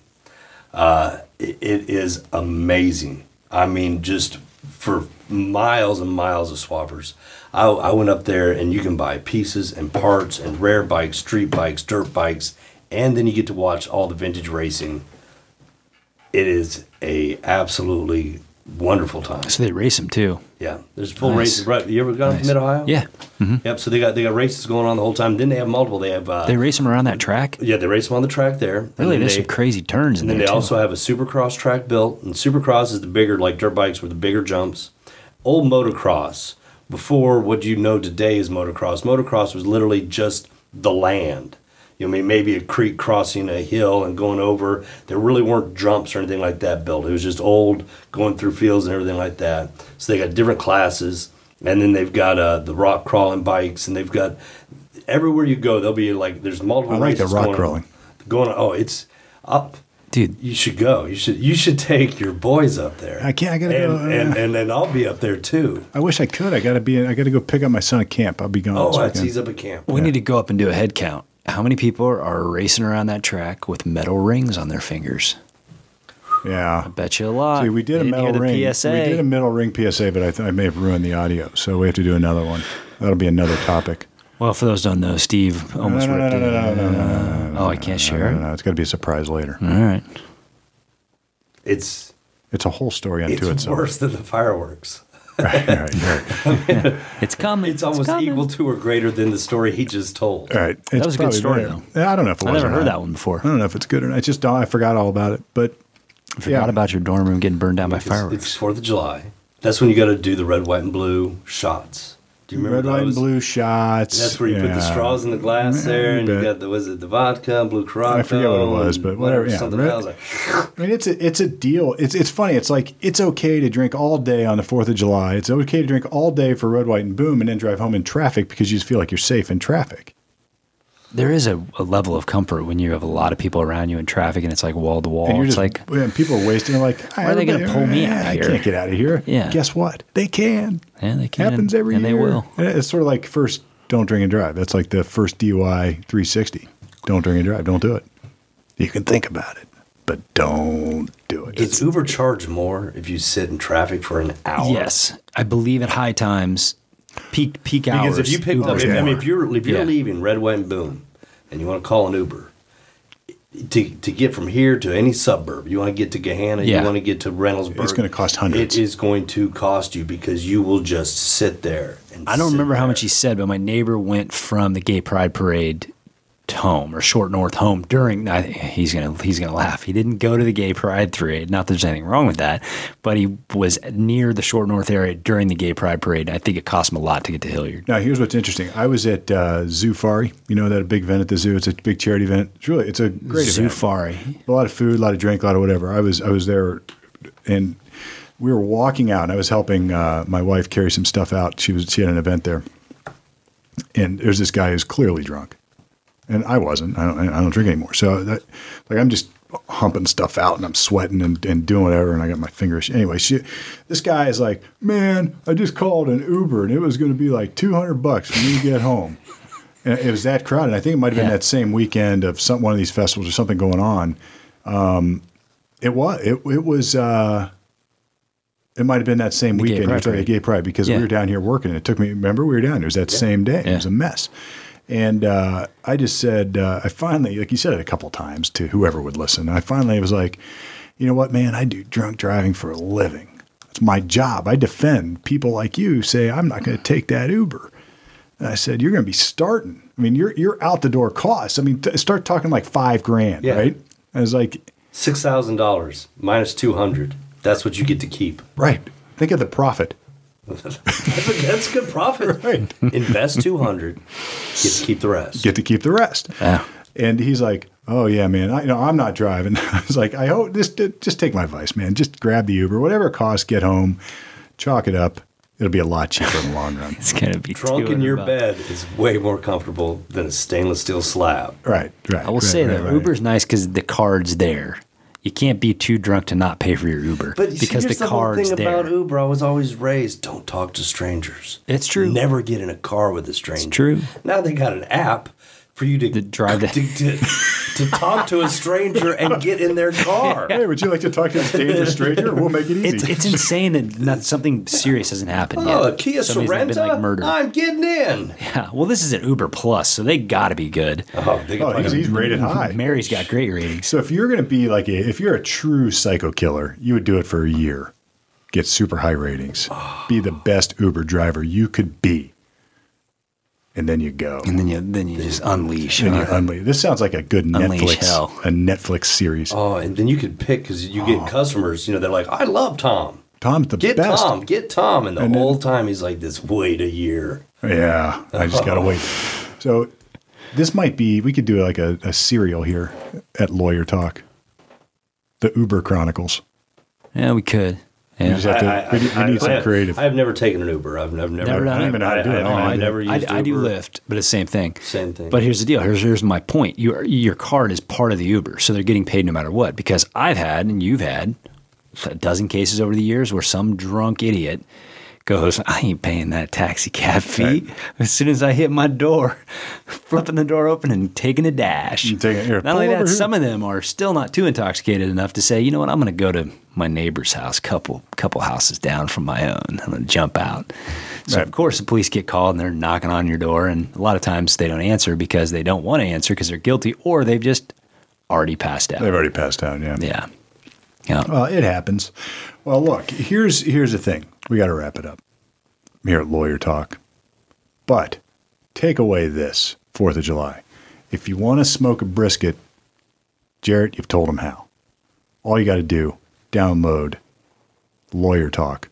B: Uh, it, it is amazing. I mean, just for miles and miles of swappers. I, I went up there, and you can buy pieces and parts and rare bikes, street bikes, dirt bikes, and then you get to watch all the vintage racing. It is a absolutely wonderful time.
C: so they race them too.
B: Yeah, there's full
C: Nice.
B: races. Right, you ever gone to Mid Ohio?
C: Yeah. Mm-hmm.
B: Yep. So they got they got races going on the whole time. Then they have multiple. They have uh,
C: They race them around that track.
B: yeah, they race them on the track there. and
C: Really,
B: then
C: there's
B: they,
C: some crazy turns in
B: and then
C: there.
B: they
C: too.
B: also have a supercross track built. And supercross is the bigger, like dirt bikes were the bigger jumps. Old motocross, before what you know today is motocross, motocross was literally just the land. You know, I mean, maybe a creek crossing a hill and going over. There really weren't jumps or anything like that built. It was just old, going through fields and everything like that. So they got different classes. And then they've got uh, the rock crawling bikes, and they've got everywhere you go, there'll be like there's multiple.
A: I like the
B: races
A: rock
B: going on-
A: crawling.
B: Going on, oh, it's up
C: dude,
B: you should go. You should you should take your boys up there.
A: I can't- I gotta
B: and,
A: go, uh,
B: And,
A: yeah.
B: and then I'll be up there too.
A: I wish I could. I gotta be. I gotta go pick up my son at camp. I'll be gone.
B: Oh,
A: this
B: I
A: weekend.
B: he's up at camp.
C: we need to go up and do a head count. How many people are racing around that track with metal rings on their fingers?
A: yeah.
C: Bet you a lot.
A: See, we did
C: They
A: a
C: didn't hear
A: metal
C: the
A: ring.
C: PSA.
A: We did a metal ring PSA, but I, th- I may have ruined the audio, so we have to do another one. That'll be another topic.
C: Well, for those who don't know, Steve
A: No,
C: almost
A: no, no,
C: ripped
A: no, no,
C: it.
A: no, no, no, no, no,
C: oh, I can't share
A: no,
C: it.
A: no. It's got to be a surprise later.
C: All right.
B: It's
A: It's a whole story unto
B: it's
A: itself.
B: worse than the fireworks.
A: <laughs> right, right,
B: <laughs>
A: right.
C: It's coming.
B: It's almost
C: coming.
B: equal to or greater than the story he just told.
A: All right. It's
C: was a good
A: probably
C: story,
A: better. Yeah, I don't know if it
C: I
A: was
C: never
A: or
C: heard
A: not.
C: that one before.
A: I don't know if it's good or not. It's just oh, I forgot all about it, but
C: I forgot
A: yeah.
C: about your dorm room getting burned down by
B: It's-
C: fireworks.
B: It's Fourth of July. That's when you got to do the red, white, and blue shots. Do you remember
A: red, white, and
B: those?
A: blue shots.
B: That's where you put the
A: yeah.
B: straws in the glass
A: Yeah,
B: there,
A: you
B: and you
A: bet.
B: got the was it the vodka, blue croc.
A: I forget what it was, but whatever, yeah,
B: something
A: red-
B: else.
A: <laughs>
B: Like,
A: I mean, it's a, it's a deal. It's it's funny. It's like it's okay to drink all day on the Fourth of July. It's okay to drink all day for red, white, and boom, and then drive home in traffic because you just feel like you're safe in traffic.
C: there is a, a level of comfort when you have a lot of people around you in traffic and it's like wall to wall.
A: And you're
C: It's
A: just
C: like,
A: and people are wasting. They're like, eh,
C: Why are they gonna pull me out of
A: I
C: here?"
A: can't get out of here.
C: Yeah.
A: Guess what? They can.
C: yeah, they can.
A: Happens every
C: and
A: year.
C: they will.
A: And It's sort of like first don't drink and drive. That's like the first DUI 360. Don't drink and drive. Don't do it. You can think about it, but don't do it.
B: Does Uber charge more if you sit in traffic for an hour?
C: Yes. I believe at high times, peak peak hours.
B: Because if you pick up,
C: Uber's
B: if, I mean,
C: more.
B: if you're if you're
C: Yeah.
B: leaving Red, White, and Boom, and you want to call an Uber to to get from here to any suburb, you want to get to Gahanna,
C: Yeah.
B: you want to get to Reynoldsburg,
A: It's gonna cost hundreds.
B: It is going to cost you because you will just sit there. And
C: I don't
B: sit
C: remember how
B: there.
C: much he said, but my neighbor went from the Gay Pride Parade to home or Short North home during. I, he's gonna he's gonna laugh. He didn't go to the Gay Pride Parade. Not that there's anything wrong with that, but he was near the Short North area during the Gay Pride Parade. I think it cost him a lot to get to Hilliard. <laughs>
A: Now, here's what's interesting. I was at uh, Zoofari. You know that big event at the zoo. It's a big charity event. It's really it's a great event.
C: Zufari.
A: A lot of food, a lot of drink, a lot of whatever. I was I was there, and we were walking out, and I was helping uh, my wife carry some stuff out. She was she had an event there, and there's this guy who's clearly drunk, and I wasn't. I don't I don't drink anymore. So that like I'm just humping stuff out and I'm sweating and, and doing whatever and I got my fingers anyway she, this guy is like man I just called an Uber and it was going to be like 200 bucks for me to get home <laughs> and it was that crowded. I think it might have been
C: Yeah.
A: that same weekend of some one of these festivals or something going on. Um, It was it, it was uh it might have been that same
C: Gay
A: weekend
C: Pride
A: you talking
C: parade.
A: about gay pride because
C: Yeah.
A: we were down here working and it took me remember we were down here. It was that same day. It was a
C: Yeah.
A: mess. And uh, I just said uh, I finally like you said it a couple times to whoever would listen. I finally was like, you know what, man, I do drunk driving for a living. It's my job. I defend people like you who say I'm not going to take that Uber. And I said, you're going to be starting. I mean, you're you're out the door costs. I mean, t- start talking like five grand,
B: Yeah.
A: right? I was like,
B: Six thousand dollars minus two hundred. That's what you get to keep. <laughs>
A: right. Think of the profit.
B: That's a, that's a good
C: <laughs>
B: profit.
A: Right.
B: Invest two hundred. Get to keep the rest.
A: Get to keep the rest.
C: Yeah.
A: And he's like, "Oh yeah, man. I, you know, I'm not driving." <laughs> I was like, "I hope just just take my advice, man. Just grab the Uber, whatever it costs. Get home, chalk it up. It'll be a lot cheaper in the long
C: <laughs>
A: run."
C: It's gonna be
B: Drunk in
C: 200
B: your
C: bucks.
B: bed is way more comfortable than a stainless steel slab.
A: Right. Right.
C: I will say that
A: Uber's.
C: Uber's nice because the card's there. You can't be too drunk to not pay for your Uber
B: But you see,
C: because
B: here's
C: the
B: the, whole
C: card's
B: thing
C: there.
B: about Uber. I was always raised: don't talk to strangers.
C: It's true.
B: Never get in a car with a stranger.
C: true.
B: Now they got an app for you to,
C: To drive the-
B: to, to,
C: <laughs>
B: to talk to a stranger and get in their car.
A: Hey, would you like to talk to this dangerous stranger? We'll make it easy.
C: <laughs> It's, it's insane that not, something serious hasn't happened yet.
B: Oh, a Kia
C: Somebody's not
B: Sorrento! Uh,
C: been like murdered.
B: I'm getting in.
C: Yeah. Well, this is an Uber Plus, so they got to be good.
B: Oh, they
A: oh,
B: could
A: he's,
B: play
A: he's
C: <laughs>
A: rated high.
C: Mary's got great ratings.
A: So if you're going to be like, a, if you're a true psycho killer, you would do it for a year, get super high ratings, be the best Uber driver you could be, and then you go.
C: And then you then you just unleash.
A: And you unleash. This sounds like a good
C: Unleash
A: Netflix,
C: hell.
A: a Netflix series.
B: <laughs> Oh, and then you could pick because you get customers. You know, they're like, "I love Tom.
A: Tom's the
B: Get
A: Oh. best.
B: Tom. Get Tom." And the
A: And then-
B: whole time he's like, "This wait a year."
A: Yeah, I just gotta wait. So this might be we could do like a, a serial here at Lawyer Talk, the Uber Chronicles.
C: Yeah, we could. Yeah.
A: You just have to. we need, we need some
B: I-
A: creative.
B: I've never taken an Uber. I've never, never,
C: Never done
A: I don't
C: it?
A: even know how to do
B: I-
A: it.
B: I-
A: don't know how
B: I
A: to do it.
B: never
C: I,
B: used
C: I do
B: Uber.
C: Lyft, but it's the same thing.
B: Same thing.
C: But here's the deal. Here's here's my point. Your your card is part of the Uber, so they're getting paid no matter what. Because I've had and you've had a dozen cases over the years where some drunk idiot goes, "I ain't paying that taxi cab fee." As soon as I hit my door, <laughs> flipping the door open and taking a dash.
A: You take it here.
C: Not only
A: Pull over
C: that,
A: here.
C: some of them are still not too intoxicated enough to say, "You know what? I'm going to go to my neighbor's house, couple couple houses down from my own. I'm going to jump out." So
A: Right.
C: of course, the police get called and they're knocking on your door, and a lot of times they don't answer because they don't want to answer because they're guilty or they've just already passed out.
A: They've already passed out. Yeah.
C: yeah, yeah.
A: Well, it happens. Well, look, here's here's the thing. We got to wrap it up here at Lawyer Talk. But take away this Fourth of July. If you want to smoke a brisket, Jarrett, you've told him how. All you got to do download Lawyer Talk.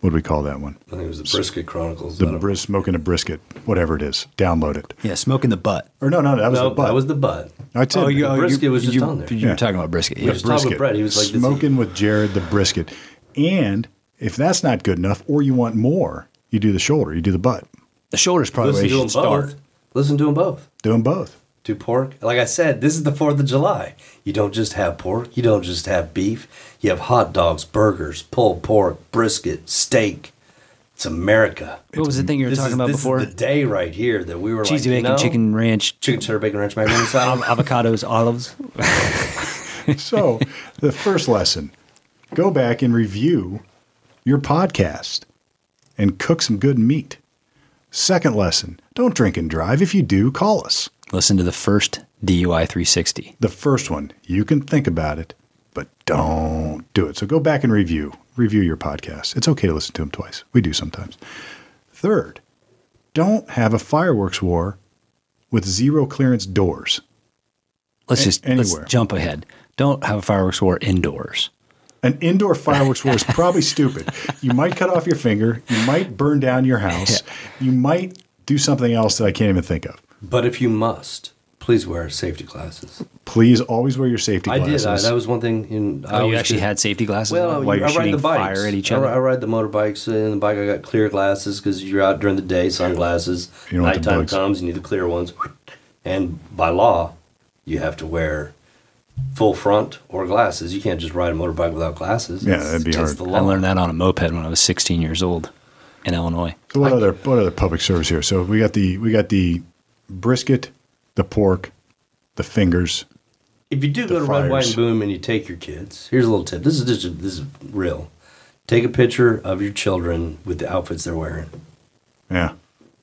A: What do we call that one?
B: I think it was the Brisket Chronicles.
A: The
B: I don't-
A: bris- smoking a brisket, whatever it is. Download it.
C: yeah, smoking the butt.
A: Or no, no, that was
B: no,
A: the butt.
B: that was the butt.
A: I'd say
B: you- brisket was just
C: Oh, you,
B: on there.
C: You
A: Yeah.
C: were talking about brisket.
B: Yeah.
C: Yeah.
B: was talking with Brett. He was like, this is-
A: smoking with Jared the brisket. And if that's not good enough, or you want more, you do the shoulder, you do the butt,
C: The shoulders probably where
B: Listen
C: you
B: to them
C: should start.
B: both. Listen to them both.
A: do them
B: <laughs>
A: both.
B: Do pork. Like I said, this is the 4th of July. You don't just have pork. You don't just have beef. You have hot dogs, burgers, pulled pork, brisket, steak. It's America.
C: What was the thing you were
B: This
C: talking
B: is-
C: about
B: this
C: before?
B: Is the day right here that we were
C: Cheesy
B: like,
C: bacon,
B: no,
C: chicken ranch,
B: chicken cheddar bacon ranch macaroni salad.
C: avocados, olives.
A: So the first lesson go back and review your podcast and cook some good meat. Second lesson don't drink and drive. If you do, call us.
C: Listen to the first DUI 360.
A: The first one, you can think about it, but don't do it. So go back and review. Review your podcast. It's okay to listen to them twice. We do sometimes. Third, don't have a fireworks war with zero clearance doors.
C: Let's
A: A-
C: just let's
A: anywhere.
C: jump ahead. Don't have a fireworks war indoors.
A: An indoor fireworks
B: <laughs>
A: war is probably stupid. You might cut off your finger. You might burn down your house. You might do something else that I can't even think of.
B: But if you must, please wear safety glasses.
A: Please always wear your safety
B: I
A: glasses.
B: did. I, that was one thing. In, I
C: Oh, you
B: always
C: actually
B: did.
C: had safety glasses
B: Well,
C: on while
B: I
C: you're
B: ride
C: shooting
B: the bikes.
C: fire at each
B: I ri- I
C: other.
B: ride the motorbikes, and in the bike I got clear glasses because you're out during the day, sunglasses.
A: You don't want the
B: Nighttime
A: bugs.
B: comes, you need the clear ones. And by law, you have to wear full front or glasses. You can't just ride a motorbike without glasses.
A: Yeah, that'd be
B: against
A: hard.
B: The
C: I
B: law.
C: learned that on a moped when I was 16 years old in Illinois.
A: So what other what other public service here? So we got the we got the brisket, the pork, the fingers,
B: If you do go to Red, White,
A: fires.
B: and Boom and you take your kids, here's a little tip. This is just this is real. Take a picture of your children with the outfits they're wearing.
A: Yeah.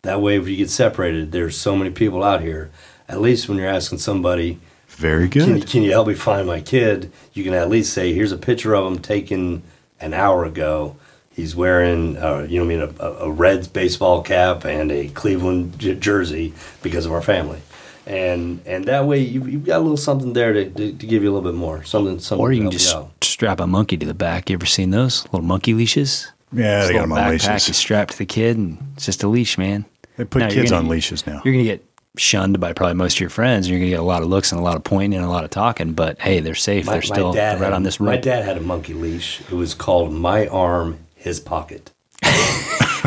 B: That way, if you get separated, there's so many people out here. At least when you're asking somebody,
A: Very
B: can,
A: good.
B: can you help me find my kid? You can at least say, here's a picture of him taken an hour ago. He's wearing, uh, you know, what I mean, a, a- a Reds baseball cap and a Cleveland j- jersey because of our family, and and that way you you've got a little something there to, to, to give you a little bit more something something.
C: Or you can
B: to help
C: just
B: out.
C: strap a monkey to the back. You ever seen those little monkey leashes?
A: Yeah,
C: Just
A: they got them
C: little
A: on
C: backpack You
A: leashes.
C: strap to the kid, and it's just a leash, man.
A: They put
C: Now, you're
A: kids
C: gonna-
A: on leashes now.
C: You're gonna get shunned by probably most of your friends, and you're gonna get a lot of looks and a lot of pointing and a lot of talking. But hey, they're safe. they're still
B: dad
C: right
B: had-
C: on this
B: My
C: road.
B: dad had a monkey leash. It was called "My Arm, His Pocket."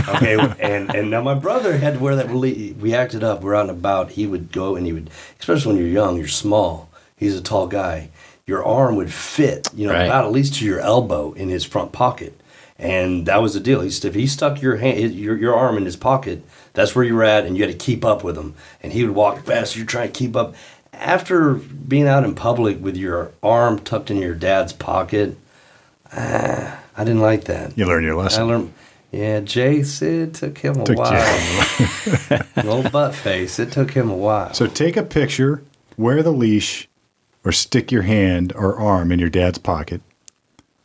B: okay, and and now my brother had to wear that. Really, we acted up. We're out and about. He would go and he would, especially when you're young, you're small. He's a tall guy. Your arm would fit, you know,
C: Right.
B: about at least to your elbow in his front pocket, and that was the deal. He st- if he stuck your hand, his- your your arm in his pocket, that's where you were at, and you had to keep up with him. And he would walk fast. You're trying to keep up. After being out in public with your arm tucked in your dad's pocket, ah, I didn't like that.
A: You learn your
B: I
A: lesson.
B: learned. Yeah, Jace, it took him a
A: Took
B: while. <laughs> Little butt face, it took him a while.
A: So take a picture, wear the leash, or stick your hand or arm in your dad's pocket.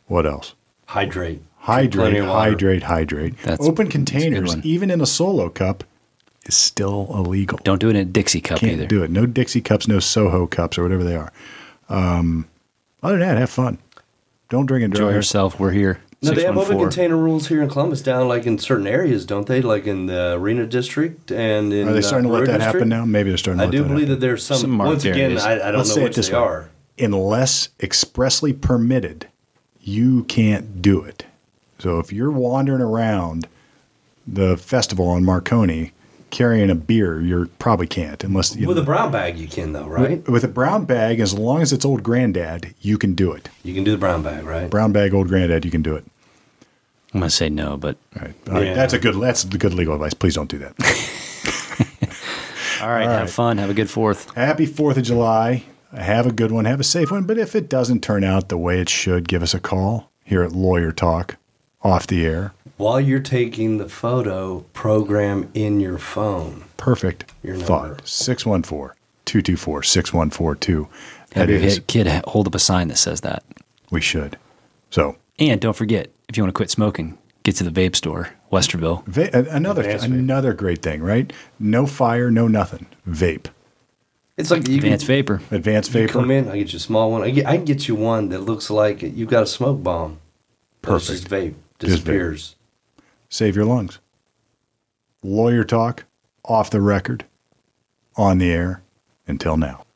A: What else?
B: hydrate.
A: Hydrate,
B: Plenty of water.
A: hydrate, hydrate.
C: That's-
A: Open
C: that's a good
A: containers,
C: one.
A: even in a solo cup, is still illegal.
C: Don't do it in a Dixie cup
A: Can't
C: either.
A: do it. No Dixie cups, no Soho cups, or whatever they are. Um, other than that, have fun. Don't drink and
C: Enjoy
A: drive.
C: yourself. We're here.
B: No, they have open
C: 614.
B: container rules here in Columbus, down like in certain areas, don't they? Like in the Arena District and in
A: Are they
B: the
A: starting to let
B: Brewer
A: that happen
B: District?
A: now? Maybe they're starting to
B: I
A: let
B: do
A: that
B: believe
A: happen.
B: that there's some.
C: Some marked
B: once again,
C: areas.
B: I, I don't
A: Let's
B: know
A: say it
B: which
A: this
B: they
A: way.
B: are.
A: Unless expressly permitted, you can't do it. So if you're wandering around the festival on Marconi carrying a beer, you probably can't unless you
B: With a brown bag, you can though, right?
A: with a brown bag. As long as it's old granddad, you can do it.
B: You can do the brown bag, right?
A: Brown bag, old granddad, you can do it.
C: I'm gonna say no, but
A: All right, All right.
B: Yeah.
A: that's a good that's the good legal advice. Please don't do that.
C: all right.
A: All right.
C: Have fun. Have a good fourth.
A: Happy 4th of July. Have a good one. Have a safe one. But if it doesn't turn out the way it should, give us a call here at Lawyer Talk off the air.
B: While you're taking the photo, program in your phone.
A: Perfect
B: Your number.
A: thought. 614 224 6142.
C: Have
A: That
C: your
A: is,
C: hit kid hold up a sign that says that.
A: we should. So,
C: And don't forget, if you want to quit smoking, get to the vape store, Westerville.
A: va- a- another
B: Advanced vape.
A: another great thing, right? No fire, no nothing. Vape.
B: It's like you can
C: Advanced Vapor.
A: Advanced
B: You come
A: vapor.
B: in, I get you a small one. I, get, I can get you one that looks like it- you've got a smoke bomb. But it's
A: Perfect.
B: just vape
A: Just vape.
B: disappears.
A: Save your lungs. Lawyer Talk off the record, on the air, until now.